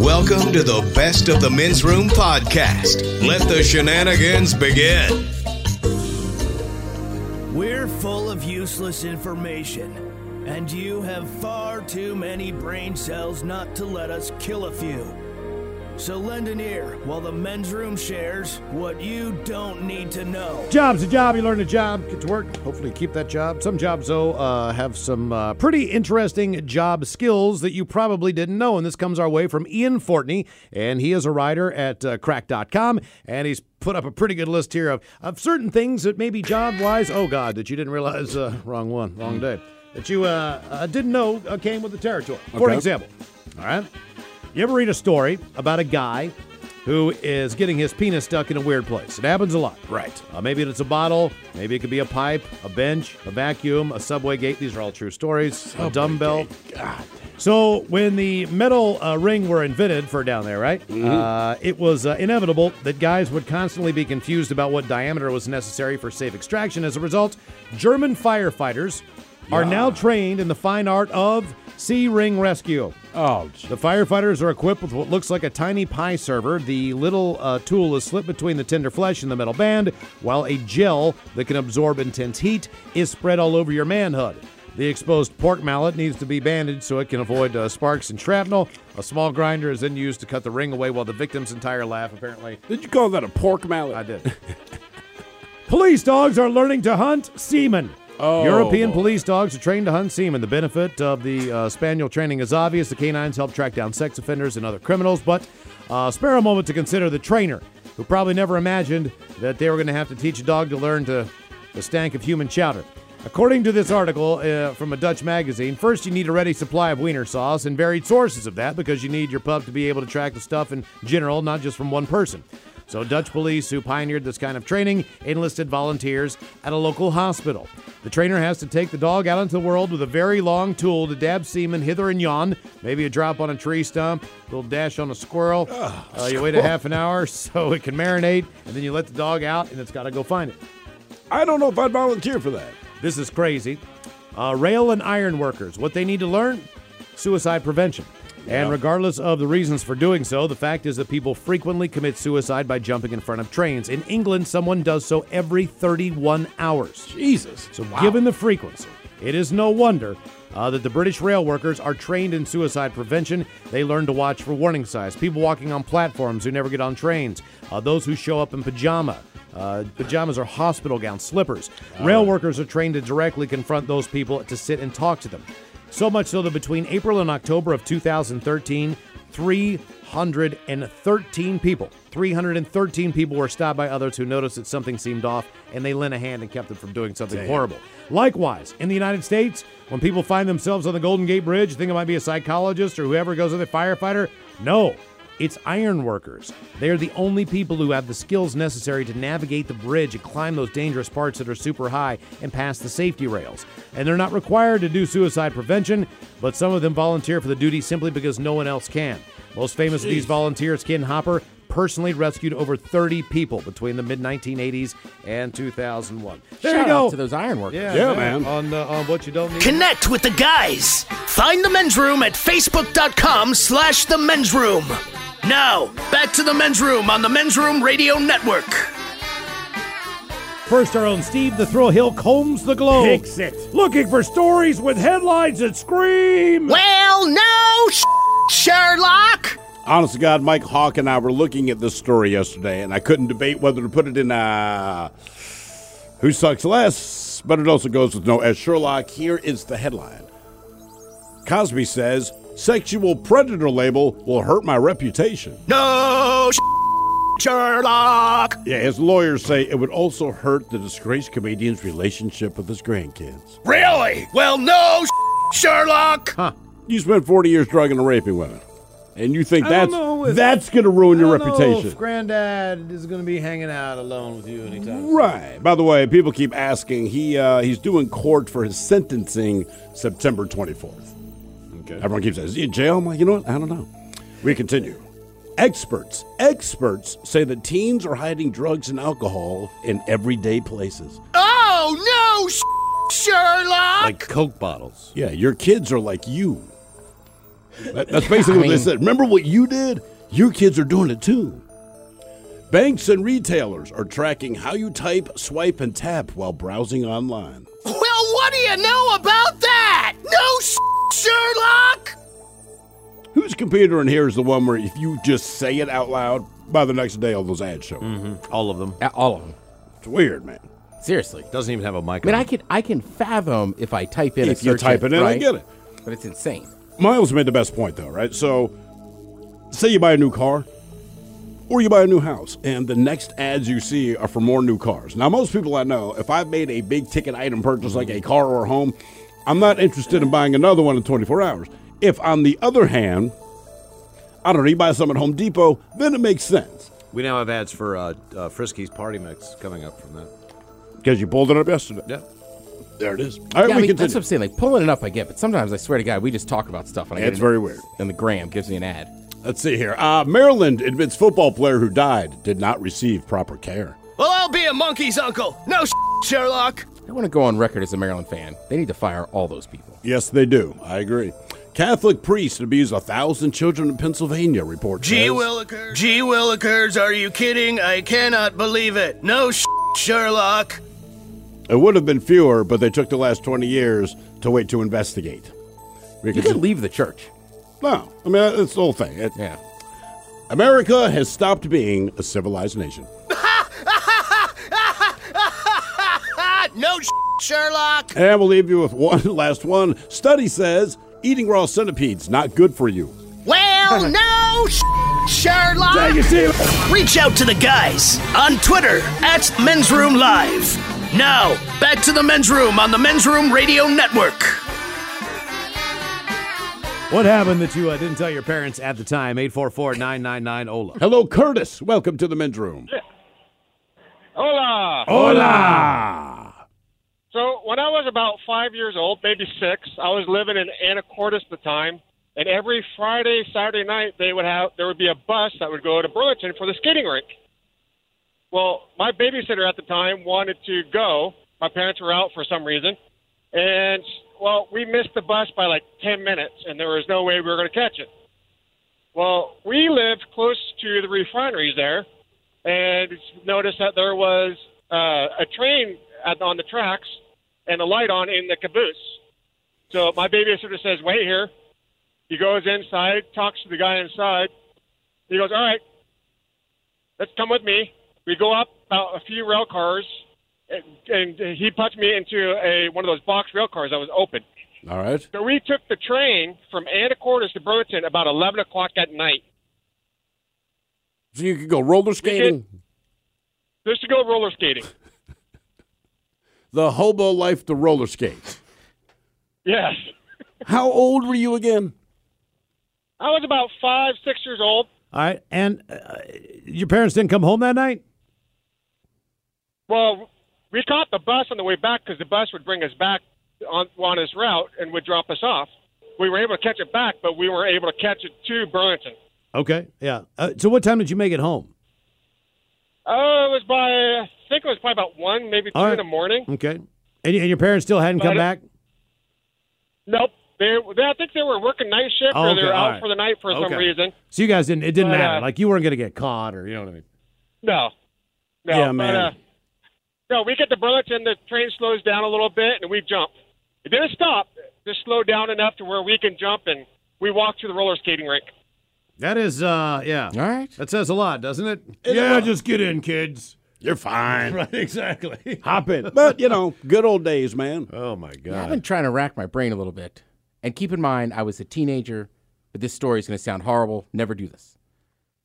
Welcome to the Best of the Men's Room podcast. Let the shenanigans begin. We're full of useless information, and you have far too many brain cells not to let us kill a few. So lend an ear while the men's room shares what you don't need to know. Job's a job. You learn a job, get to work. Hopefully, keep that job. Some jobs, though, uh, have some uh, pretty interesting job skills that you probably didn't know. And this comes our way from Ian Fortney, and he is a writer at uh, crack.com. And he's put up a pretty good list here of, of certain things that maybe job wise, oh God, that you didn't realize, uh, wrong one, wrong day, that you uh, uh, didn't know uh, came with the territory. For example, all right, you ever read a story about a guy who is getting his penis stuck in a weird place? It happens a lot. Right. Uh, maybe it's a bottle, maybe it could be a pipe, a bench, a vacuum, a subway gate. These are all true stories. a dumbbell. So when the metal uh, ring were invented for down there, right? Uh, it was uh, inevitable that guys would constantly be confused about what diameter was necessary for safe extraction. As a result, German firefighters are now trained in the fine art of sea ring rescue. Oh, gee. The firefighters are equipped with what looks like a tiny pie server. The little uh, tool is slipped between the tender flesh and the metal band, while a gel that can absorb intense heat is spread all over your manhood. The exposed pork mallet needs to be bandaged so it can avoid uh, sparks and shrapnel. A small grinder is then used to cut the ring away while the victim's entire laugh apparently did you call that a pork mallet? I did. police dogs are learning to hunt seamen. Oh. European police dogs are trained to hunt seamen. The benefit of the uh, spaniel training is obvious. The canines help track down sex offenders and other criminals, but uh, spare a moment to consider the trainer, who probably never imagined that they were going to have to teach a dog to learn to the stank of human chowder. According to this article uh, from a Dutch magazine, first you need a ready supply of wiener sauce and varied sources of that because you need your pup to be able to track the stuff in general, not just from one person. So, Dutch police, who pioneered this kind of training, enlisted volunteers at a local hospital. The trainer has to take the dog out into the world with a very long tool to dab semen hither and yon, maybe a drop on a tree stump, a little dash on a squirrel. Uh, you wait a half an hour so it can marinate, and then you let the dog out, and it's got to go find it. I don't know if I'd volunteer for that. This is crazy. Uh, rail and iron workers, what they need to learn? Suicide prevention. And regardless of the reasons for doing so, the fact is that people frequently commit suicide by jumping in front of trains. In England, someone does so every 31 hours. Jesus. So, given the frequency, it is no wonder uh, that the British rail workers are trained in suicide prevention. They learn to watch for warning signs, people walking on platforms who never get on trains, uh, those who show up in pajama. Uh, pajamas are hospital gowns, slippers. Rail workers are trained to directly confront those people to sit and talk to them. So much so that between April and October of 2013, 313 people, 313 people were stopped by others who noticed that something seemed off and they lent a hand and kept them from doing something horrible. Likewise, in the United States, when people find themselves on the Golden Gate Bridge, think it might be a psychologist or whoever goes with a firefighter. No, it's iron workers. They are the only people who have the skills necessary to navigate the bridge and climb those dangerous parts that are super high and past the safety rails. And they're not required to do suicide prevention, but some of them volunteer for the duty simply because no one else can. Most famous of these volunteers, Ken Hopper, personally rescued over 30 people between the mid 1980s and 2001. There Shout you go. out to those iron workers. yeah, Yeah, man. On, uh, on what you don't need. Connect with the guys. Find the men's room at facebook.com slash the men's room. Now, back to the men's room on the men's room radio network. First, our own Steve the Thrill Hill combs the globe. Fix it. Looking for stories with headlines that scream. Well, no, sh- Sherlock. Honest to God, Mike Hawk and I were looking at this story yesterday, and I couldn't debate whether to put it in uh, Who Sucks Less, but it also goes with no S. Sherlock. Here is the headline Cosby says, Sexual predator label will hurt my reputation. No, sh- Sherlock. Yeah, his lawyers say it would also hurt the disgraced comedian's relationship with his grandkids. Really? Well, no, sh- Sherlock. You spent 40 years drugging and raping women. And you think I don't that's know if- that's going to ruin your I don't know reputation. if granddad is going to be hanging out alone with you anytime. soon. Right. By the way, people keep asking. He uh, he's doing court for his sentencing September 24th. Okay. Everyone keeps saying, "Is he in jail?" I'm like, you know what? I don't know. We continue. Experts, experts say that teens are hiding drugs and alcohol in everyday places. Oh, Like Coke bottles. Yeah, your kids are like you. That- that's basically what they said. Remember what you did? Your kids are doing it too. Banks and retailers are tracking how you type, swipe, and tap while browsing online. Well, what do you know about that? No sh- Sherlock! Whose computer in here is the one where if you just say it out loud, by the next day all those ads show? up? All of them. Uh, All of them. It's weird, man. Seriously. Doesn't even have a mic I mean, on I can I can fathom if I type in a if you search type it in, I right? get it. But it's insane. Miles made the best point though, right? So, say you buy a new car, or you buy a new house, and the next ads you see are for more new cars. Now, most people I know, if I've made a big ticket item purchase like a car or a home, I'm not interested in buying another one in 24 hours. If, on the other hand, I don't know, you buy something at Home Depot, then it makes sense We now have ads for uh, uh, Frisky's Party Mix coming up from that. because you pulled it up yesterday. Yeah. There it is. All right, yeah, I we mean, that's continue. what I'm saying. Like pulling it up, I get, but sometimes I swear to God, we just talk about stuff and I Yeah, get it's an- very weird. And the gram gives me an ad. Let's see here. Uh, Maryland admits football player who died did not receive proper care. Well, I'll be a monkey's uncle. No sh- Sherlock. I want to go on record as a Maryland fan. They need to fire all those people. Yes, they do. I agree. Catholic priest abused a thousand children in Pennsylvania. Report G says. Willikers. G Willikers, are you kidding? I cannot believe it. No sh- Sherlock. It would have been fewer, but they took the last twenty years to wait to investigate. We You could- could leave the church. no, I mean it's the whole thing. It- Yeah. America has stopped being a civilized nation. Ah, no sh- Sherlock. And we'll leave you with one last one. Study says eating raw centipedes not good for you. Well, no sh- Sherlock! Dang it, Steve. Reach out to the guys on Twitter at Men's Room Live. Now, back to the Men's Room on the Men's Room Radio Network. What happened that you uh, didn't tell your parents at the time? 844-999-OLA. Hello, Curtis. Welcome to the men's room. Hola! Hola. So when I was about five years old, maybe six, I was living in Anacortes at the time, and every Friday, Saturday night, they would have there would be a bus that would go to Burlington for the skating rink. Well, my babysitter at the time wanted to go. My parents were out for some reason, and well, we missed the bus by like ten minutes, and there was no way we were going to catch it. Well, we lived close to the refineries there, and noticed that there was uh, a train at, on the tracks and a light on in the caboose. So my babysitter says, "Wait here." He goes inside, talks to the guy inside. He goes, "All right, let's come with me." We go up about a few rail cars, and, and he puts me into a one of those box rail cars that was open. All right. So we took the train from Anacortes to Burlington about 11 o'clock at night. So you could go roller skating. Just to go roller skating. The hobo life to roller skate. Yes. How old were you again? I was about five, six years old. All right, and uh, your parents didn't come home that night? Well, we caught the bus on the way back because the bus would bring us back on, on its route and would drop us off. We were able to catch it back, but we were able to catch it to Burlington. Okay, yeah. Uh, so what time did you make it home? Oh, it was by, I think it was probably about 1, maybe 2 All right. in the morning. Okay. And, and your parents still hadn't come back? Right. Nope. They, they, I think they were working night shift Oh, or they okay, were all out right. for the night for Okay. some reason. So you guys didn't, it didn't But, matter. uh, Like you weren't going to get caught or, you know what I mean? No. No. Yeah, but, man. uh, no, we get to Burlington, the train slows down a little bit, and we jump. It didn't stop, just slowed down enough to where we can jump, and we walk to the roller skating rink. That is, uh, yeah. All right. That says a lot, doesn't it? It does. just get in, kids. You're fine. Right, exactly. Hop in. But, you know, good old days, man. Oh, my I've God. been trying to rack my brain a little bit. And keep in mind, I was a teenager, but this story is going to sound horrible. Never do this.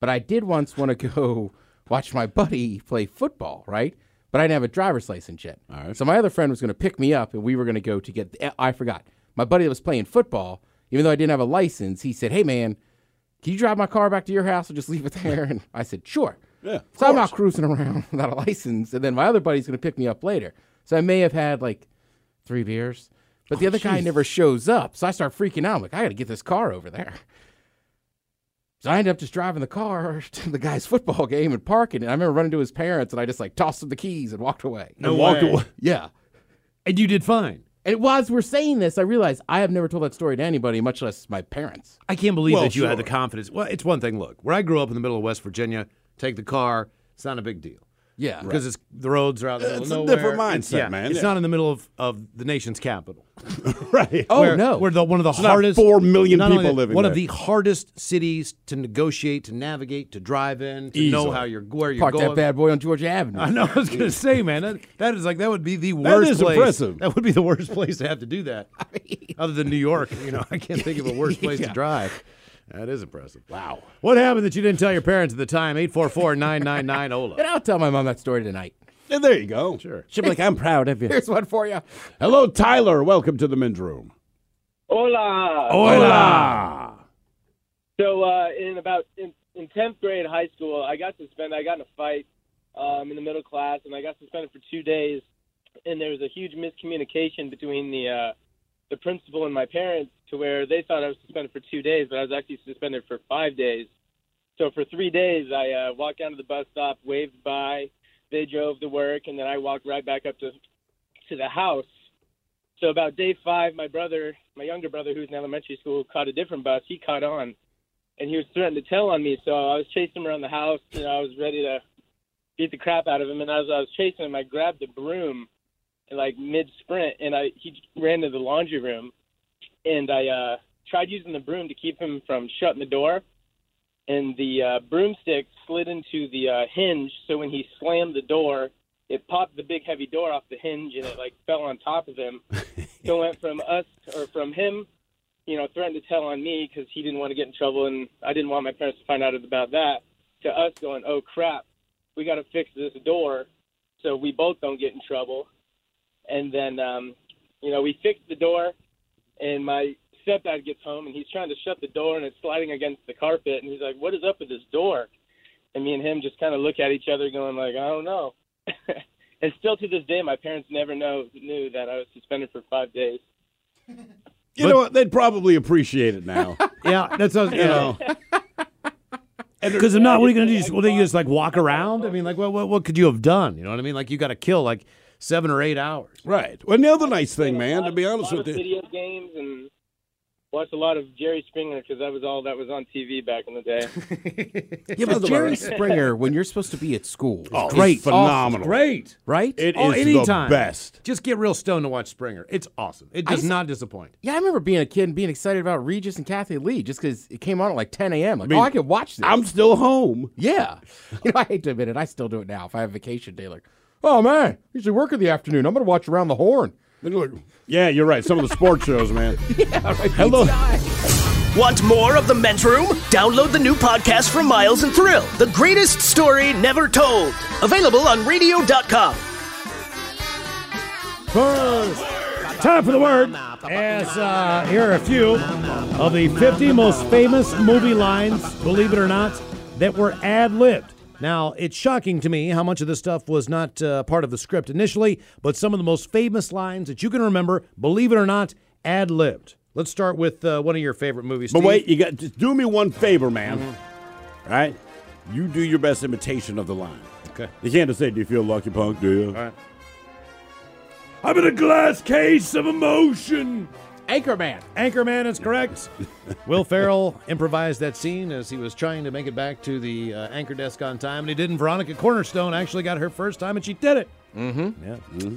But I did once want to go watch my buddy play football, right? But I didn't have a driver's license yet. All right. So my other friend was going to pick me up, and we were going to go to eh, get. I forgot. My buddy that was playing football, even though I didn't have a license, he said, Hey, man, Can you drive my car back to your house or just leave it there? And I said, Sure. Yeah, of So I'm out course. cruising around without a license, and then my other buddy's going to pick me up later. So I may have had like three beers, but the other Oh, guy never shows up. So I start freaking out. I'm like, I got to get this car over there. So I end up just driving the car to the guy's football game and parking. And I remember running to his parents, and I just like tossed him the keys and walked away. No walked way. away. Yeah. And you did fine. And while as we're saying this, I realize I have never told that story to anybody, much less my parents. I can't believe Well, that you had the sure. confidence. Well, it's one thing. Look, where I grew up in the middle of West Virginia, take the car. It's not a big deal Yeah. because it's the roads are out in the middle It's of a nowhere. different It's- mindset, man. It's Yeah. not in the middle of, of the nation's capital. Right. Oh, where, no. We're the, one of the not hardest. four million not only people that, living One of the there. hardest cities to negotiate, to navigate, to drive in, to know Easily. how you're where you're Park going. that bad boy on Georgia Avenue. I know. I was going to say, man, that, that is like that would be the worst. is place. impressive. That would be the worst place to have to do that, other than New York. You know, I can't think of a worse place to drive. That is impressive. Wow. What happened that you didn't tell your parents at the time? 844-999 And Ola. I'll tell my mom that story tonight. Yeah, there you go. Sure. She'll be like, I'm proud of you. Here's one for you. Hello, Tyler. Welcome to the men's room. Hola. Oh. Hola. So uh, in about in, in tenth grade high school, I got suspended. I got in a fight um, in the middle class, and I got suspended for two days. And there was a huge miscommunication between the uh, the principal and my parents, to where they thought I was suspended for two days, but I was actually suspended for five days. So for three days, I uh, walked down to the bus stop, waved by. They drove to work, and then I walked right back up to to the house. So about day five, my brother, my younger brother, who's in elementary school, caught a different bus. He caught on, and he was threatening to tell on me. So I was chasing him around the house. You know, I was ready to beat the crap out of him. And as I was chasing him, I grabbed the broom, and like mid sprint, and I he ran to the laundry room, and I uh, tried using the broom to keep him from shutting the door. And the uh, broomstick slid into the uh, hinge, so when he slammed the door, it popped the big heavy door off the hinge, and it like fell on top of him. So it went from us or from him, you know, threatened to tell on me because he didn't want to get in trouble, and I didn't want my parents to find out about that. To us going, oh crap, we got to fix this door so we both don't get in trouble. And then, um, you know, we fixed the door, and my stepdad gets home and he's trying to shut the door and it's sliding against the carpet, and he's like, what is up with this door? And me and him just kind of look at each other, going like, I don't know. and still to this day, my parents never know knew that I was suspended for five days. You know what? They'd probably appreciate it now. Yeah, that's us. You know. Because if Yeah, not, what are you going to just say do? Just, I well, they walked- just like walk around. I mean, like, what, what, what could you have done? You know what I mean? Like, you got to kill like seven or eight hours. right. Well, and the other nice thing, A man, lot to be of- honest lot with of you. video games and watched a lot of Jerry Springer because that was all that was on TV back in the day. Yeah, but Jerry Springer, when you're supposed to be at school, Oh, is great. awesome, Phenomenal. Great. right? It Oh, is anytime. the best. Just get real stoned to watch Springer. It's awesome. It does not disappoint. yeah, I remember being a kid and being excited about Regis and Kathy Lee just because it came on at like 10 a.m. Like, mean, oh, I could watch this. I'm still home. yeah. you know, I hate to admit it. I still do it now. If I have vacation day, like, oh man, I usually work in the afternoon. I'm gonna watch Around the Horn. They're like, yeah, you're right. Some of the sports shows, man. Hello. Want more of the men's room? Download the new podcast from Miles and Thrill, The Greatest Story Never Told. Available on radio.com. Time for the word. As uh, here are a few of the 50 most famous movie lines, believe it or not, that were ad libbed. Now, it's shocking to me how much of this stuff was not uh, part of the script initially, but some of the most famous lines that you can remember, believe it or not, ad libbed. Let's start with uh, one of your favorite movies. But Steve. wait, you got just do me one favor, man. All right? You do your best imitation of the line. Mm-hmm. Okay. You can't just say, "Do you feel lucky, punk?" Do you? All right. I'm in a glass case of emotion. Anchorman. Anchorman is correct. Will Farrell improvised that scene as he was trying to make it back to the uh, anchor desk on time, and he didn't. Veronica Cornerstone actually got her first time, and she did it. Mm-hmm. Yeah.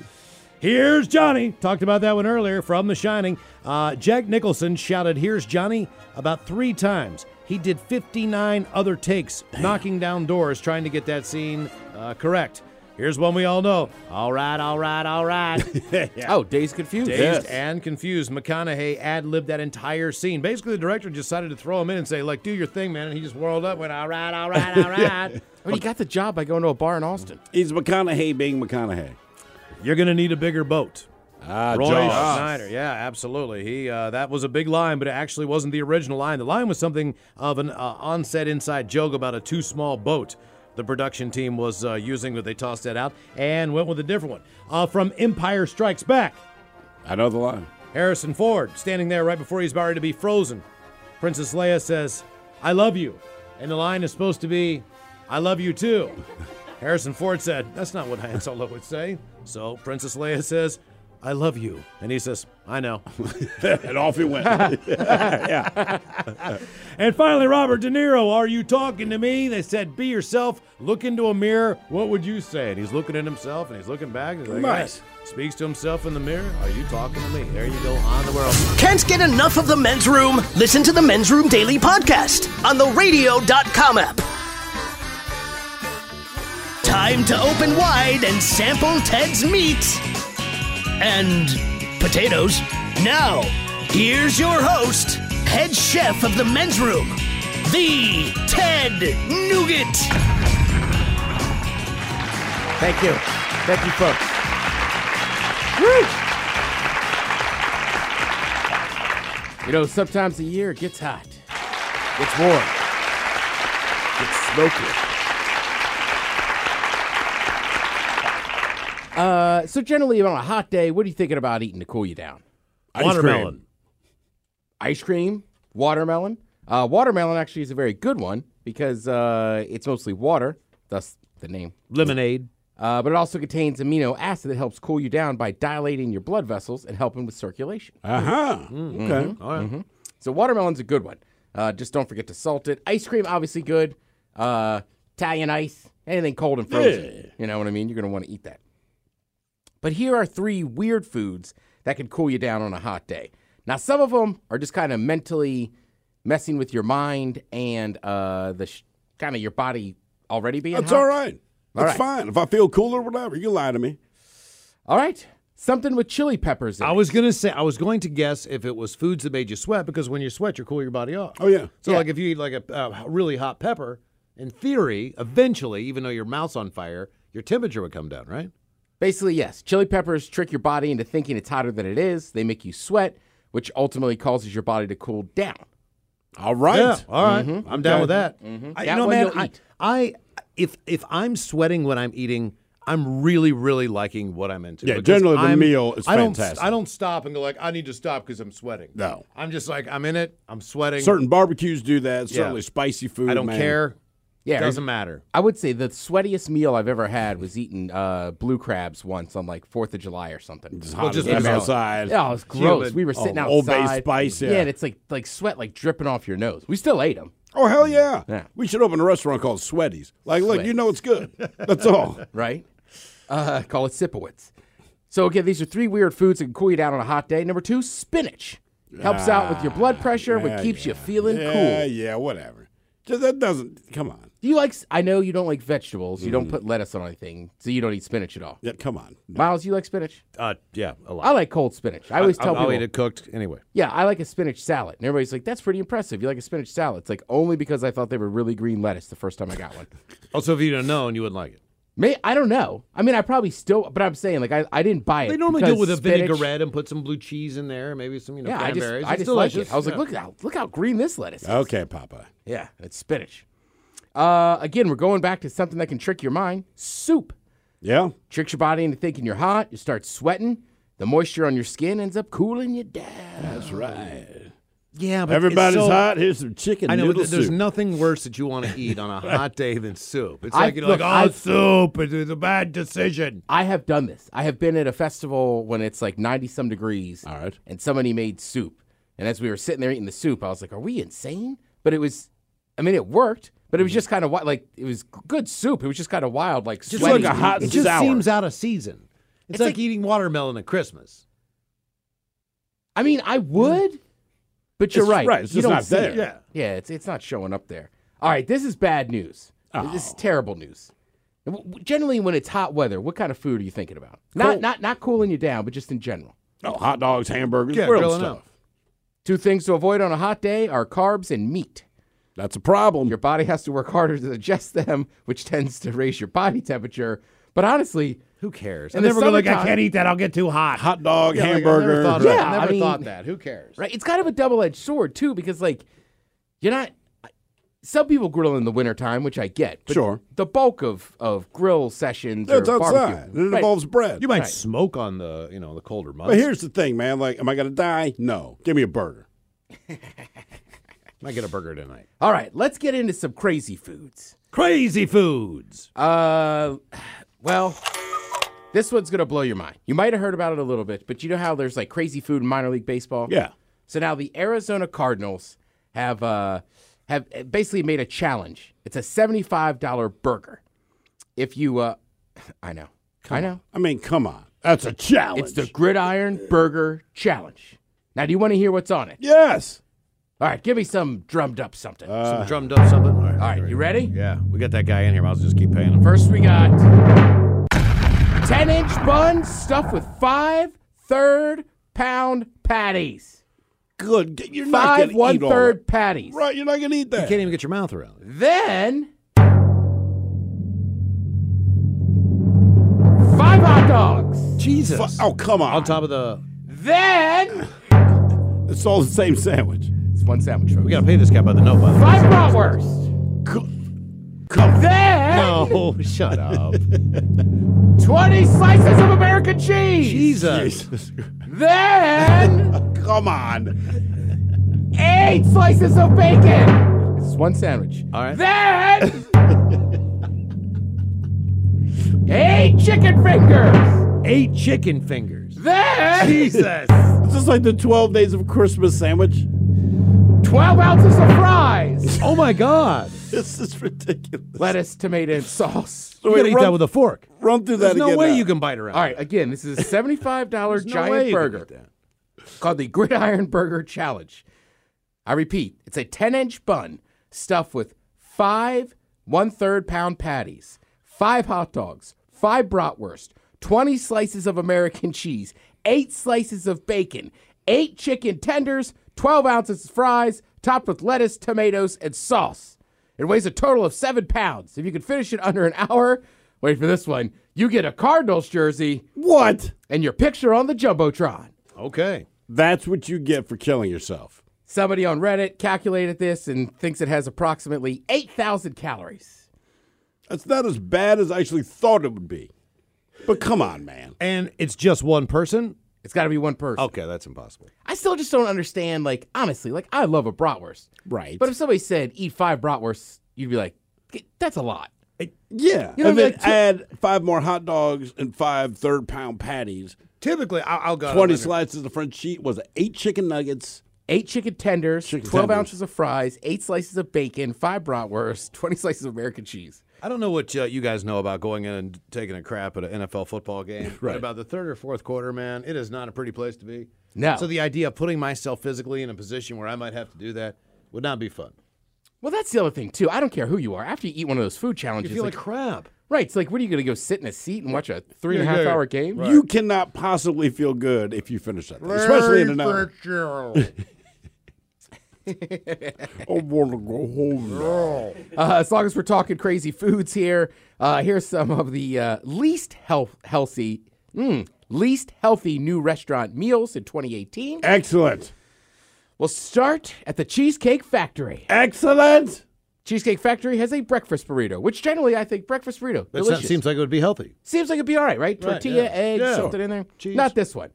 Here's Johnny. Talked about that one earlier from The Shining. Uh, Jack Nicholson shouted "Here's Johnny" about three times. He did 59 other takes, knocking down doors trying to get that scene uh, correct. Here's one we all know. All right, all right, all right. Oh, Days Confused. Dazed and confused, McConaughey ad libbed that entire scene. Basically, the director decided to throw him in and say, "Like, do your thing, man." And he just whirled up, went, "All right, all right, all right." Well, he got the job by going to a bar in Austin. He's McConaughey being McConaughey. You're gonna need a bigger boat. Ah, Roy Jaws. Schneider. Yeah, absolutely. He uh, that was a big line, but it actually wasn't the original line. The line was something of an uh, on-set inside joke about a too small boat. The production team was uh, using, but they tossed that out and went with a different one uh, from Empire Strikes Back. I know the line. Harrison Ford standing there right before he's about ready to be frozen. Princess Leia says, "I love you," and the line is supposed to be, "I love you too." Harrison Ford said, "That's not what Han Solo would say." So Princess Leia says, "I love you," and he says, "I know." and off he went. And finally, Robert De Niro, are you talking to me? They said, be yourself, look into a mirror. What would you say? And he's looking at himself and he's looking back. And he's like, Nice. "Hey," Speaks to himself in the mirror. Are you talking to me? There you go, on the world. Can't get enough of the men's room? Listen to the men's room daily podcast on the radio.com app. Time to open wide and sample Ted's meat and potatoes. Now, here's your host, head chef of the men's room, the Ted Nugent. Thank you. Thank you, folks. You know, sometimes the year it gets hot, gets warm, gets smoky. Uh, so generally on a hot day, what are you thinking about eating to cool you down? Watermelon. ice cream, watermelon. Uh, watermelon actually is a very good one because uh, it's mostly water, thus the name. Lemonade. Uh, but it also contains amino acid that helps cool you down by dilating your blood vessels and helping with circulation. Uh huh. Mm-hmm. Okay. So watermelon's a good one. Uh, just don't forget to salt it. Ice cream, obviously good. Uh, Italian ice, anything cold and frozen. You know what I mean? You're going to want to eat that. But here are three weird foods that can cool you down on a hot day. Now, some of them are just kind of mentally messing with your mind and uh, the sh- kind of your body already being That's hot. all right. That's right. fine. If I feel cool or whatever, you lie to me. All right. Something with chili peppers in I it. was gonna say I was going to guess if it was foods that made you sweat because when you sweat, you cool your body off. Oh, yeah. So like if you eat like a uh, really hot pepper, in theory, eventually, even though your mouth's on fire, your temperature would come down, right? Basically, yes. Chili peppers trick your body into thinking it's hotter than it is. They make you sweat, which ultimately causes your body to cool down. All right. Yeah, all right. Mm-hmm. I'm down Okay. with that. I, you That know, way man, you'll I, eat. I if if I'm sweating when I'm eating, I'm really really liking what I'm into. Yeah, because generally the I'm- meal is I don't, fantastic. I don't stop and go like I need to stop because I'm sweating. Mm-hmm. No. I'm just like I'm in it. I'm sweating. Certain barbecues do that. Certainly spicy food. I don't man. care. Yeah, doesn't matter. I would say the sweatiest meal I've ever had was eating uh, blue crabs once on like Fourth of July or something. It's hot just as because- outside. Yeah, it was gross. Humid. We were sitting Oh, outside. Old Bay Spice, yeah. and it's like like sweat like dripping off your nose. We still ate them. Oh hell yeah. Yeah. We should open a restaurant called Sweaties. Like, look, you know it's good. That's all. right? Uh, call it Sipowitz. So again, these are three weird foods that can cool you down on a hot day. Number two, spinach helps out with your blood pressure, Ah, yeah, which keeps you yeah. feeling yeah, Yeah, cool. whatever. Just, that doesn't. Come on. Do you like? s- I know you don't like vegetables. You Mm. don't put lettuce on anything, so you don't eat spinach at all. Yeah, come on. Miles, you like spinach? Uh, yeah, a lot. I like cold spinach. I always tell I'll, I'll people, eat it cooked anyway. yeah, I like a spinach salad, and everybody's like, "That's pretty impressive." You like a spinach salad? It's like only because I thought they were really green lettuce the first time I got one. Also, if you don't know, and you wouldn't like it. May I don't know. I mean, I probably still, but I'm saying like I, I didn't buy it. They normally do it because with a spinach- vinaigrette and put some blue cheese in there, maybe some you know Yeah, I just, cranberries. I It's just like delicious. it. I was Yeah. like, look how look how green this lettuce is. Okay, Papa. Yeah, it's spinach. Uh, again, we're going back to something that can trick your mind. Soup Yeah. tricks your body into thinking you're hot. You start sweating. The moisture on your skin ends up cooling you down. That's right. yeah, but it's Everybody's so- hot. Here's some chicken I know, noodle but there's soup. nothing worse that you want to eat on a hot day than soup. It's I- like, you know, look, like, oh, I've- soup, it was a bad decision. I have done this. I have been at a festival when it's like 90 some degrees. All right. And somebody made soup. And as we were sitting there eating the soup, I was like, are we insane? But it was, I mean, it worked, but it Mm-hmm. was just kind of like, it was good soup. It was just kind of wild, like Just sweaty. like a hot It just sour. seems out of season. It's, It's like, like- eating watermelon at Christmas. I mean, I would, but you're It's right. right. It's you just don't not see there. it. Yeah, it's it's not showing up there. All right, this is bad news. This is Oh. terrible news. W- w- Generally, when it's hot weather, what kind of food are you thinking about? Not Cool. not not cooling you down, but just in general. Oh, hot dogs, hamburgers, Yeah, grilled grilling stuff. out. Two things to avoid on a hot day are carbs and meat. That's a problem. Your body has to work harder to digest them, which tends to raise your body temperature. But honestly, Who cares? In I the never go like I summertime- can't eat that. I'll get too hot. Hot dog, Yeah, like, I never hamburger. thought of Yeah, that. I never mean- thought that. Who cares? Right? It's kind of a double edged sword too, because like you're not. Some people grill in the wintertime, which I get. But Sure. The bulk of of grill sessions It's or outside. barbecue. It Right. involves bread. You might Right. smoke on the you know the colder months. but here's the thing, man. Like, am I gonna die? No. Give me a burger. might get a burger tonight. All right, let's get into some crazy foods. Crazy foods. Uh, well, this one's gonna blow your mind. You might have heard about it a little bit, but you know how there's like crazy food in minor league baseball. Yeah. So now the Arizona Cardinals have uh, have basically made a challenge. It's a seventy-five dollar burger. If you, uh, I know, I know, I mean, come on. That's a challenge. it's the Gridiron Burger Challenge. Now, do you want to hear what's on it? yes. All right, give me some drummed up something. Uh, Some drummed up something. All right. All right, you ready? Yeah, we got that guy in here. Might as well just keep paying him. First, we got 10 inch buns stuffed with five third pound patties. Good. You're not Five gonna one eat all that. third patties. Right. You're not gonna eat that. You can't even get your mouth around it. Then five hot dogs. Jesus. Fu- oh, come on. On top of the, Then It's all the same sandwich. it's one sandwich. we gotta pay this guy by the note. By the way. five bratwurst. Come on. Then No, shut up. twenty slices of American cheese. Jesus. Then Come on. eight slices of bacon. It's one sandwich. All right. Then eight chicken fingers. Eight chicken fingers. Then Jesus. Is this like the 12 days of Christmas sandwich? twelve ounces of fries. Oh my God. This is ridiculous. Lettuce, tomato, and sauce. You gotta eat that with a fork. Run through There's that no again. way now. you can bite around. All right, again, this is a $75 no way giant you can burger eat that. called the Gridiron Burger Challenge. I repeat, it's a 10 inch bun stuffed with five one third pound patties, five hot dogs, five bratwurst, 20 slices of American cheese, eight slices of bacon, eight chicken tenders, 12 ounces of fries, topped with lettuce, tomatoes, and sauce. It weighs a total of seven pounds. If you can finish it under an hour, wait for this one, you get a Cardinals jersey What? and your picture on the Jumbotron. Okay. That's what you get for killing yourself. Somebody on Reddit calculated this and thinks it has approximately 8,000 calories. That's not as bad as I actually thought it would be. But come on, man. And it's just one person. It's got to be one person. Okay, that's impossible. I still just don't understand, like, honestly, like, I love a bratwurst. Right. But if somebody said, eat five bratwursts, you'd be like, that's a lot. yeah. You know and what I then mean? Like, add five more hot dogs and five third pound patties, Typically, I'll, I'll go 20 slices of French cheese, was it eight chicken nuggets? Eight chicken tenders, Chicken 12 tenders. ounces of fries, eight slices of bacon, five bratwursts, 20 slices of American cheese. I don't know what uh, you guys know about going in and taking a crap at an NFL football game. But Right. about the third or fourth quarter, man, it is not a pretty place to be. No. So the idea of putting myself physically in a position where I might have to do that would not be fun. Well, that's the other thing, too. I don't care who you are. After you eat one of those food challenges, You feel like, like, crap. right, it's like, what are you going to go sit in a seat and watch a three and a Yeah, half yeah. hour game? You cannot possibly feel good if you finish that thing, especially in an hour. I want to go home. now. Uh, as long as we're talking crazy foods here, uh, here's some of the uh, least health healthy, mm, least healthy new restaurant meals in 2018. Excellent. We'll start at the Cheesecake Factory. Excellent. Cheesecake Factory has a breakfast burrito, which generally I think breakfast burrito That delicious. seems like it would be healthy. Seems like it'd be all right, right? Right, Tortilla, yeah. egg, Yeah. something in there. Cheese. Not this one.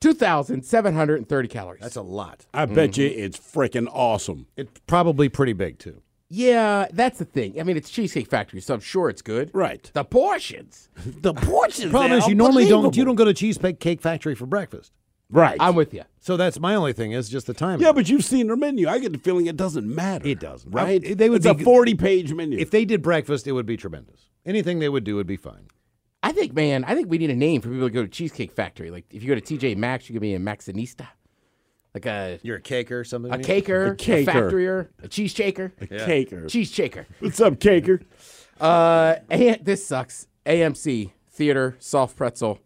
Two thousand seven hundred and thirty calories. That's a lot. I bet you it's freaking awesome. It's probably pretty big too. yeah, that's the thing. I mean, it's Cheesecake Factory, so I'm sure it's good. Right. The portions. The portions. Problem is, you normally don't you don't go to Cheesecake Cake Factory for breakfast. Right. I'm with you. So that's my only thing is just the time. yeah, but you've seen their menu. I get the feeling it doesn't matter. It doesn't. Right. I- they would it's be- a forty-page menu. if they did breakfast, it would be tremendous. Anything they would do would be fine. I think, man, I think we need a name for people to go to Cheesecake Factory. Like, if you go to TJ Maxx, you could be a Maxinista, like a You're a caker or something. a maybe? caker, a, caker. factorier, a cheese shaker, Caker. cheese shaker. What's up, Caker? Uh, and this sucks. AMC Theater soft pretzel,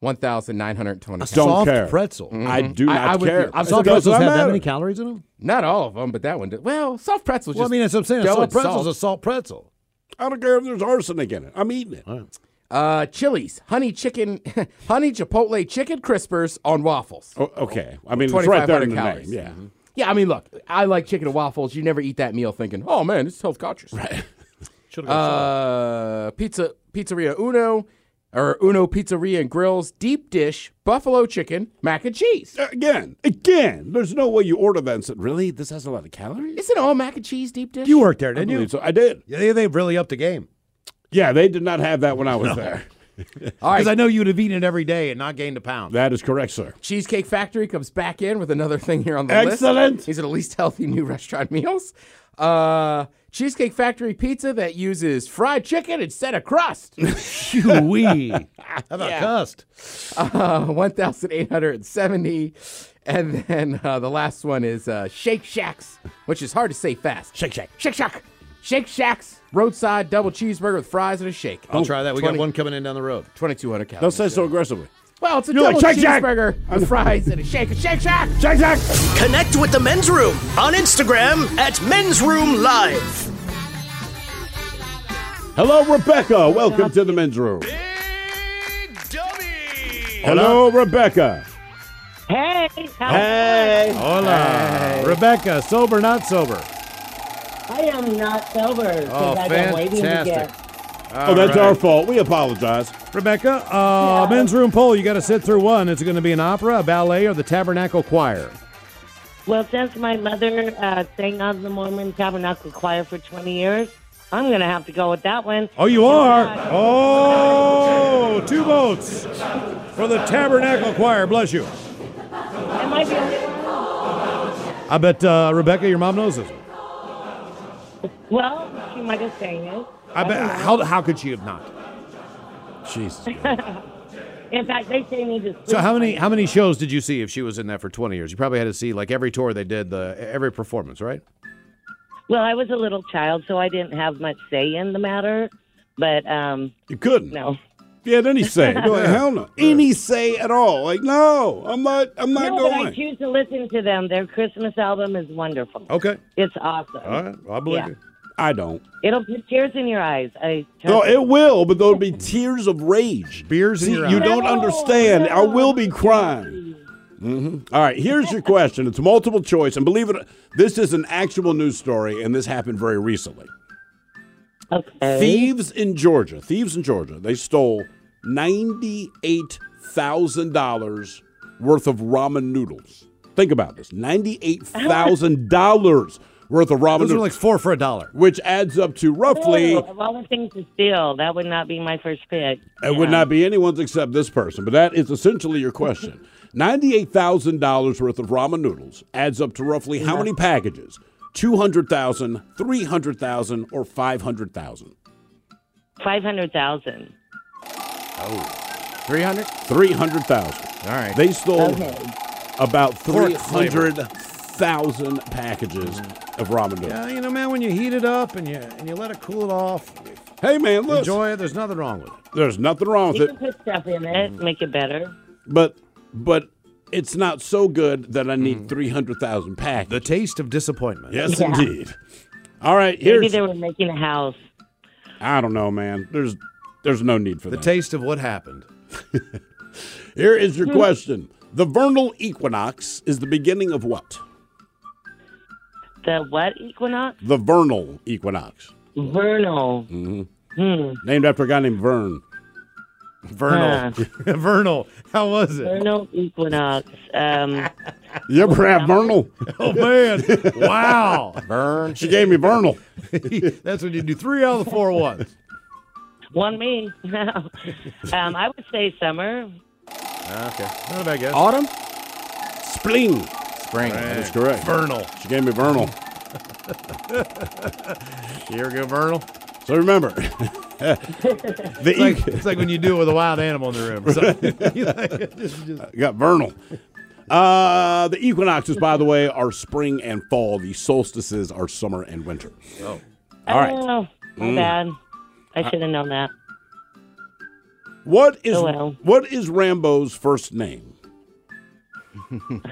one thousand nine hundred twenty. Don't Soft care. pretzel. I do I- not I would- care. I'm It sorry, Soft does pretzels not have that Mm-hmm. matter. many calories in them? Not all of them, but that one. Did. Well, soft pretzels. Well, I just mean, that's what I'm saying. dough Soft and pretzels, salt. a salt pretzel. I don't care if there's arsenic in it. I'm eating it. Uh, Chili's honey chicken, honey chipotle chicken crispers on waffles. O- Oh, okay. I mean, it's right there in 2,500 the calories. name. Yeah. Mm-hmm. Yeah, I mean, look, I like chicken and waffles. You never eat that meal thinking, "Oh man, this is health conscious." Right. uh, pizza pizzeria Uno or Uno Pizzeria and Grills deep dish buffalo chicken mac and cheese. Again, again, there's no way you order that and said, really? This has a lot of calories? Isn't all mac and cheese deep dish? You worked there, I didn't you? believe so. I did. Yeah, they, they really upped the game. Yeah, they did not have that when I was there. all right. Because I know you'd have eaten it every day and not gained a pound. That is correct, sir. Cheesecake Factory comes back in with another thing here on the list. Excellent. These are the least healthy new restaurant meals. Uh, Cheesecake Factory pizza that uses fried chicken instead of crust. Chewy. How about cust? uh, 1,870. And then uh, the last one is uh, Shake Shacks, which is hard to say fast. Shake Shack. Shake Shack. Shake Shacks. Roadside double cheeseburger with fries and a shake. I'll try that. We got 20 one coming in down the road. 2,200 Don't calories. say so aggressively. Well, it's a You're double like, "Shake Shack!" cheeseburger with fries and a shake. Shake Shack. Jack, Jack! Connect with the men's room on Instagram at men's room live. Hello, Rebecca. Welcome to the men's room. Dummy! Hello, Rebecca. Hey, how Hey. Hola. Rebecca, sober, not sober. I am not sober Oh, because I've been waiting to fantastic. get. Oh, that's our fault. We apologize. Rebecca, uh, men's room poll. You got to sit through one. It's going to be an opera, a ballet, or the Tabernacle Choir. Well, since my mother uh, sang on the Mormon Tabernacle Choir for 20 years, I'm going to have to go with that one. Oh, you are. Oh, two votes for the Tabernacle Choir. Bless you. Am I the only one? I bet uh, Rebecca, your mom knows this. one. Well, she might have sang it. I bet. How, how could she have not? Jesus. In fact, they say me to sleep. So how many how many shows did you see if she was in that for twenty years? You probably had to see like every tour they did, the every performance, right? Well, I was a little child, so I didn't have much say in the matter. But um, You couldn't. no, Yeah, then he say. You're like, hell no. Any say at all. Like, no, I'm not I'm not no, but I going. choose to listen to them. Their Christmas album is wonderful. Okay. It's awesome. All right. Well, I believe Yeah. you. I don't. It'll put tears in your eyes. I No, it will, but there'll be tears of rage. Beers in See, your you eyes. don't No, understand. I no. will be crying. Mhm. All right, here's your question. It's multiple choice, and believe it, this is an actual news story, and this happened very recently. okay. Thieves in Georgia, thieves in Georgia, they stole ninety-eight thousand dollars worth of ramen noodles. Think about this: ninety-eight thousand dollars worth of ramen Those are like Oh. noodles, four for a dollar. which adds up to roughly. No, of all the things to steal, that would not be my first pick. It would not be anyone's except this person, but that is essentially your question. $98,000 worth of ramen noodles adds up to roughly how many packages? 200,000, 300,000, or 500,000? Five hundred thousand. 300? 300,000. All right. They stole Okay. about Pork flavor. 300,000 packages of ramen noodles. Yeah, uh, you know, man, when you heat it up and you and you let it cool it off, you Hey, man, look, enjoy it. There's nothing wrong with it. there's nothing wrong with You it, can put stuff in it, make it better. but, but it's not so good that I need 300,000 packages. The taste of disappointment. yes, Yeah. indeed. All right, Maybe here's. they were making a house. I don't know, man. There's there's no need for The that. taste of what happened. Here is Hmm. your question. The vernal equinox is the beginning of what? The what equinox? The vernal equinox. Mm-hmm. Vernal. Named after a guy named Vern. Vernal. Vernal. How was it? Vernal equinox. Um, You ever have vernal? Oh man. Wow. Burn. She gave me vernal. That's when you do three out of the four ones. one me. um, I would say summer. Okay. Not a bad guess. Autumn? Spleen. Spring. That's correct. Vernal. She gave me vernal. Here we go, Vernal. So remember, the It's like, equ- it's like when you do it with a wild animal in the room. or something. got vernal. Uh, the equinoxes, by the way, are spring and fall. The solstices are summer and winter. All right. Mm. Oh, my bad. I should have known that. What is Oh, well. what is Rambo's first name?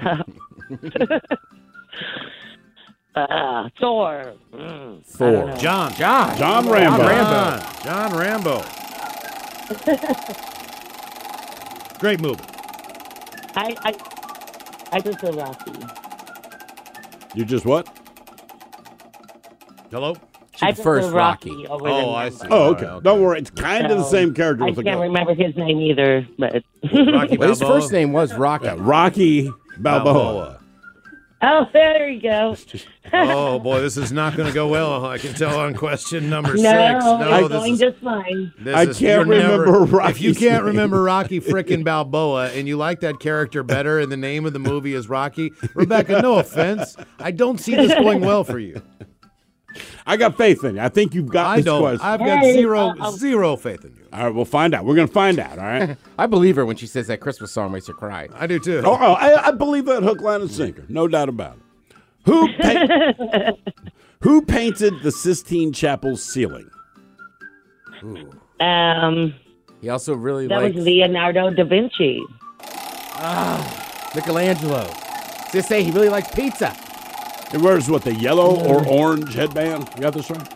Uh, Thor. Mm, I don't Thor. know. John. John. John Rambo. Rambo. John Rambo. Great movie. I, I, I just feel rocky. You just what? Hello? I just prefers feel rocky. Rocky. over Oh, the I number. see. Oh, All okay. right, Don't worry. It's kind of the same character. I with the can't gun. remember his name either, but Rocky Well, his Balboa. first name was Rocky. Yeah, Rocky Balboa. oh, there you go. oh boy, this is not going to go well. I can tell on question number No, six. I'm this going is, just fine. this I is- can't you're never- remember Rocky's If you can't name. remember Rocky frickin' Balboa, and you like that character better, and the name of the movie is Rocky, Rebecca, no offense, I don't see this going well for you. I got faith in you. I think you've got I this don't. question. I've got Hey, uh, zero I'll- zero faith in you. All right, we'll find out. We're going to find out, all right? I believe her when she says that Christmas song makes her cry. I do too. oh, oh, I, I believe that hook, line, and sinker. No doubt about it. Who, pa- who painted the Sistine Chapel ceiling? Um, He also really that likes was Leonardo da Vinci. Ah, Michelangelo. Just say he really likes pizza. It wears what, the yellow Mm. or orange headband? You got this right?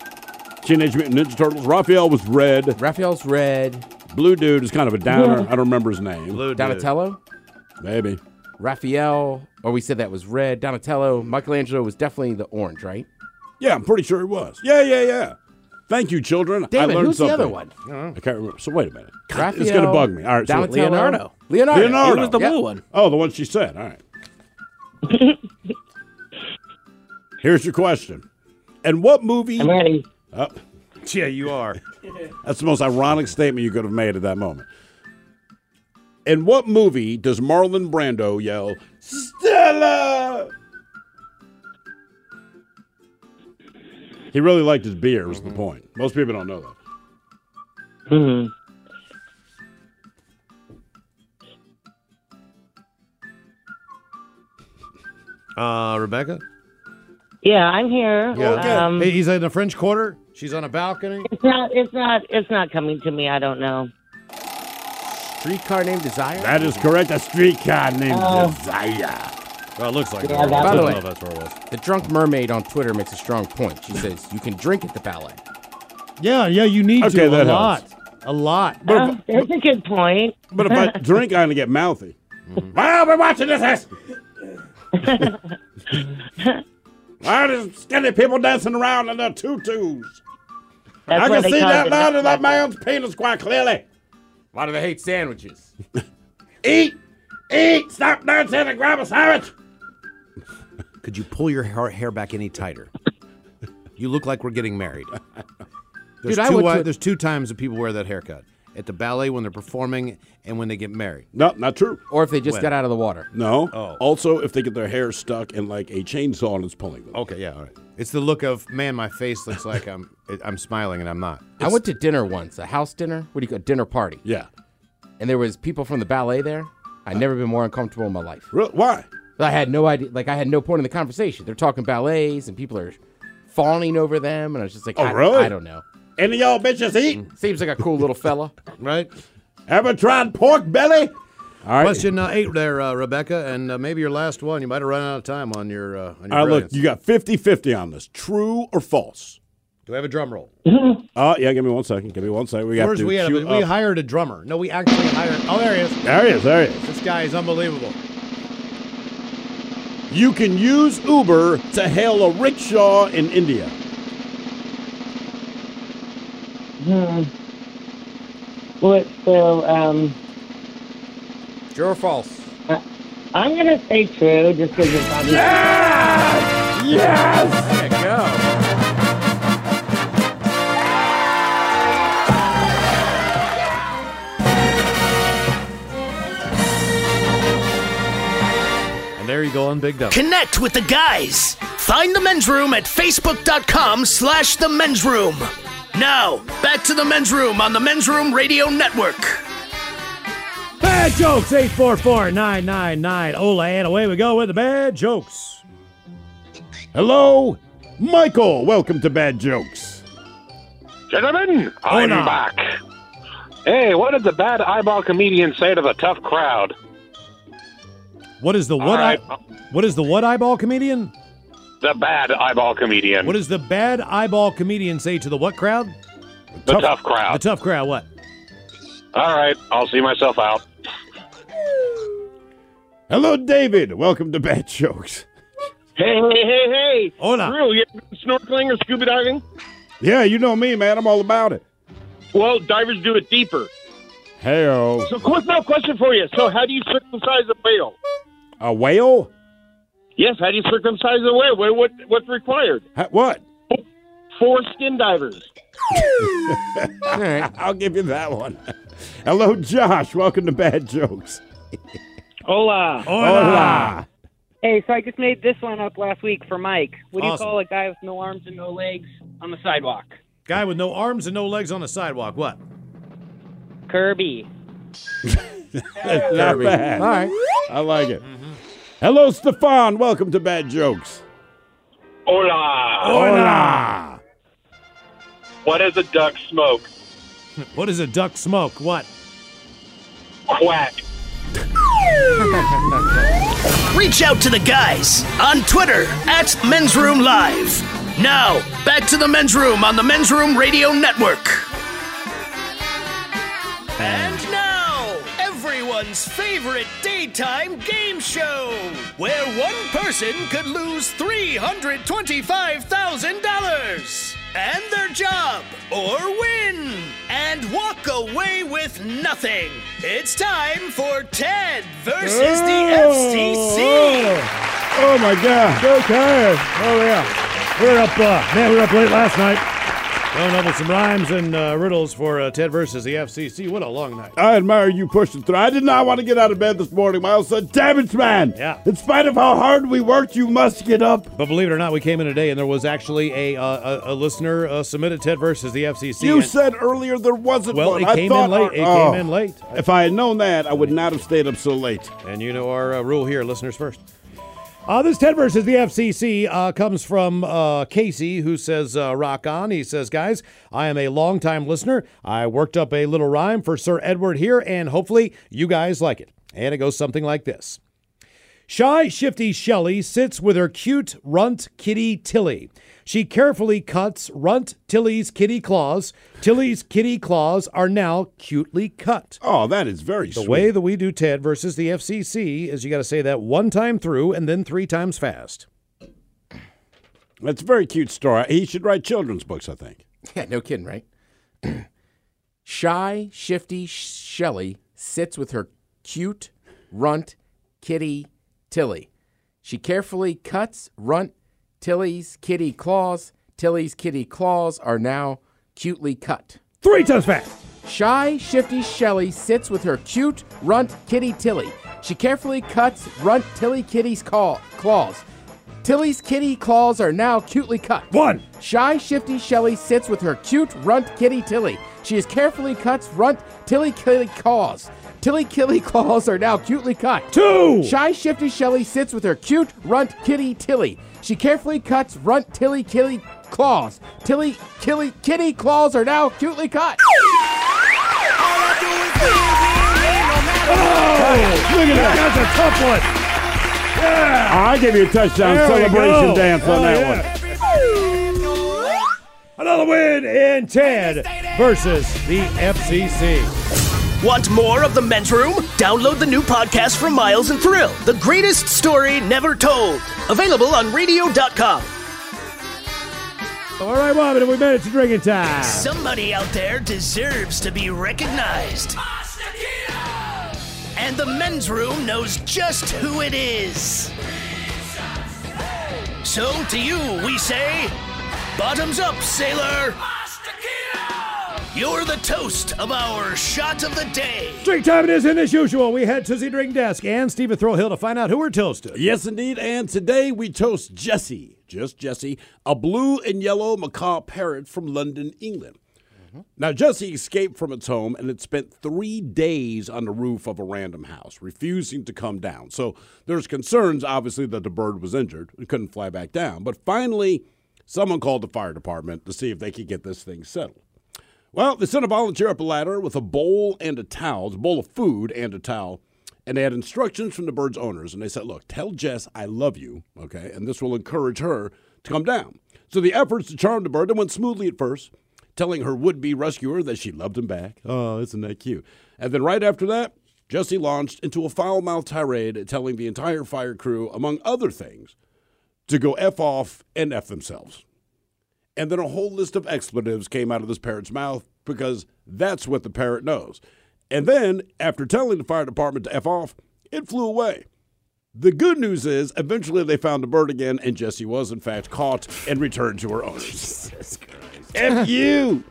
Teenage Mutant Ninja Turtles. Raphael was red. Raphael's red. Blue dude is kind of a downer. I don't remember his name. Oh, Donatello. Maybe. Raphael. Or we said that was red. Donatello. Michelangelo was definitely the orange, right? Yeah, I'm pretty sure it was. Yeah, yeah, yeah. Thank you, children. Damn I it, learned who's the something. other one? I can't remember. So wait a minute. God, Raphael. it's gonna bug me. All right, so Donatello. Leonardo. Leonardo. Leonardo. It was the Yep. blue one. Oh, the one she said. All right. Here's your question. And what movie? I'm ready. Oh, yeah, you are. that's the most ironic statement you could have made at that moment. In what movie does Marlon Brando yell Stella? He really liked his beer. Was the point? Most people don't know that. Hmm. Uh, Rebecca. Yeah, I'm here. Um, Hey, he's in the French Quarter. She's on a balcony. it's not. It's not. It's not coming to me. I don't know. Streetcar named Desire. That is correct. A streetcar named Oh. Desire. Well, it looks like. Yeah, that By the was- way- the drunk mermaid on Twitter makes a strong point. She says you can drink at the ballet. Yeah, yeah, you need Okay, to a that lot, a lot. Oh, that's a good point. But if I drink, I'm gonna get mouthy. Mm-hmm. Why are we watching this? ass? Why are these skinny people dancing around in their tutus? That's I why can they see call that it line the- of that man's penis quite clearly. Why do they hate sandwiches? Eat, eat, stop dancing and grab a sandwich. Could you pull your hair, hair back any tighter? You look like we're getting married. There's Dude, I two. went wi- to a- there's two times that people wear that haircut at the ballet when they're performing and when they get married. No, not true. Or if they just got out of the water. No. Oh. Also, if they get their hair stuck in like a chainsaw and it's pulling Oh. them. Okay, yeah, all right. It's the look of man. My face looks like I'm I'm smiling and I'm not. I went to dinner once, a house dinner. What do you call a dinner party? Yeah. And there was people from the ballet there. I'd never been more uncomfortable in my life. Really? Why? I had no idea. Like I had no point in the conversation. They're talking ballets and people are fawning over them, and I was just like, Oh, I, really? I don't know. Any of y'all bitches eat? Seems like a cool little fella. Right. Ever tried pork belly? All right. Question uh, eight there, uh, Rebecca, and uh, maybe your last one. You might have run out of time on your. Uh, on your All right, look, brilliance. you got 50 50 on this. True or false? Do we have a drum roll? Uh, yeah, give me one second. Give me one second. We got Where's to we, had a, queue we up. hired a drummer. No, we actually hired. Oh, there he is. There he is. There he is. This guy is unbelievable. You can use Uber to hail a rickshaw in India. Hmm. What? So, um, True or false? I'm gonna say true just because it's obvious. Ah, Yes! There you go. And there you go on Big Dumb. Connect with the guys. Find the men's room at facebook.com slash the men's room. Now, back to the men's room on the men's room radio network. Bad jokes, 844 999 Ola, and away we go with the bad jokes. Hello, Michael. Welcome to Bad Jokes. Gentlemen, I'm back. Hey, what did the bad eyeball comedian say to the tough crowd? What is the what? right. eye- what is the what eyeball comedian? The bad eyeball comedian. What does the bad eyeball comedian say to the what crowd? the tough, crowd. The tough crowd. What? All right, I'll see myself out. Hello, David. Welcome to Bad Jokes. Hey, hey, hey, hey. Hola. Drew, you ever been snorkeling or scuba diving? Yeah, you know me, man. I'm all about it. Well, divers do it deeper. Heyo. So, quick no question for you. So, how do you circumcise a whale? A whale? Yes, how do you circumcise a whale? What, what what's required? Ha- what? Four skin divers. all right, I'll give you that one. Hello, Josh. Welcome to Bad Jokes. Hola. Hola. Hey, so I just made this one up last week for Mike. What do you Awesome. call a guy with no arms and no legs on the sidewalk? Guy with no arms and no legs on a sidewalk. What? Kirby. That's not Kirby. bad. All right. I like it. Hello, Stefan. Welcome to Bad Jokes. Hola. Hola. What does a duck smoke? What is a duck smoke? What? Quack. Reach out to the guys on Twitter at Men's Room Live. Now, back to the Men's Room on the Men's Room Radio Network. And now, everyone's favorite daytime game show, where one person could lose $325,000 and their job, or win, and walk away with nothing. It's time for Ted versus the FCC. Oh my God. Okay. Oh yeah. We're up. Uh, man, we were up late last night. Going over some rhymes and uh, riddles for uh, Ted versus the FCC. What a long night. I admire you pushing through. I did not want to get out of bed this morning. Miles said, Damn it, man. Yeah. In spite of how hard we worked, you must get up. But believe it or not, we came in today and there was actually a uh, a, a listener uh, submitted Ted versus the FCC. You and- said earlier there wasn't Well, one. it I came thought in late. our- It oh. came in late. If I had known that, I would not have stayed up so late. And you know our uh, rule here, listeners first. Uh, this Ted versus the FCC uh, comes from uh, Casey, who says, uh, Rock on. He says, Guys, I am a longtime listener. I worked up a little rhyme for Sir Edward here, and hopefully you guys like it. And it goes something like this Shy, shifty Shelley sits with her cute runt kitty Tilly. She carefully cuts runt Tilly's kitty claws. Tilly's kitty claws are now cutely cut. Oh, that is very The sweet. way that we do Ted versus the FCC is you got to say that one time through and then three times fast. That's a very cute story. He should write children's books, I think. Yeah, no kidding, right? Shy, shifty Shelly sits with her cute runt kitty Tilly. She carefully cuts runt Tilly's kitty claws. Tilly's kitty claws are now cutely cut. Three times fast. Shy, shifty Shelly sits with her cute runt kitty Tilly. She carefully cuts runt Tilly kitty's call, claws. Tilly's kitty claws are now cutely cut. One. Shy, shifty Shelly sits with her cute runt kitty Tilly. She is carefully cuts runt Tilly kitty claws. Tilly kitty claws are now cutely cut. Two. Shy, shifty Shelly sits with her cute runt kitty Tilly. She carefully cuts runt Tilly kitty claws. Tilly killy, kitty claws are now cutely cut. Oh, look at that. That's a tough one. I give you a touchdown There we celebration go. dance on Oh, that yeah. one. Another win in Ted versus the FCC. Want more of the men's room? Download the new podcast from Miles and Thrill, The Greatest Story Never Told. Available on radio.com. All right, Wobbin, we made it to drinking time. Somebody out there deserves to be recognized. And the men's room knows just who it is. So to you, we say, bottoms up, sailor. You're the toast of our shot of the day. Drink time it is, and as usual, we head to the drink desk and Stephen Thrill Hill to find out who we're toasted. Yes, indeed. And today we toast Jesse, just Jesse, a blue and yellow macaw parrot from London, England. Now, Jesse escaped from its home and had spent three days on the roof of a random house, refusing to come down. So there's concerns, obviously, that the bird was injured and couldn't fly back down. But finally, someone called the fire department to see if they could get this thing settled. Well, they sent a volunteer up a ladder with a bowl and a towel, a bowl of food and a towel, and they had instructions from the bird's owners. And they said, Look, tell Jess I love you, okay? And this will encourage her to come down. So the efforts to charm the bird, they went smoothly at first. telling her would be rescuer that she loved him back. Oh, isn't that cute? And then right after that, Jesse launched into a foul mouthed tirade telling the entire fire crew, among other things, to go F off and F themselves. And then a whole list of expletives came out of this parrot's mouth because that's what the parrot knows. And then, after telling the fire department to F off, it flew away. The good news is, eventually they found the bird again, and Jessie was, in fact, caught and returned to her owners. F you!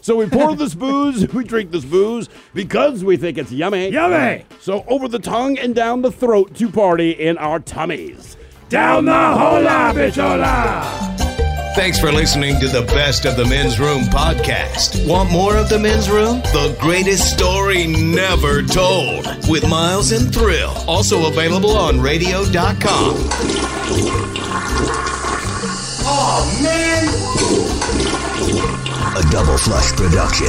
So we pour this booze, we drink this booze because we think it's yummy. Yummy! So over the tongue and down the throat to party in our tummies. Down the hola, bitchola! Thanks for listening to the Best of the Men's Room podcast. Want more of the Men's Room? The greatest story never told with Miles and Thrill. Also available on radio.com. Oh, man! A double flush production.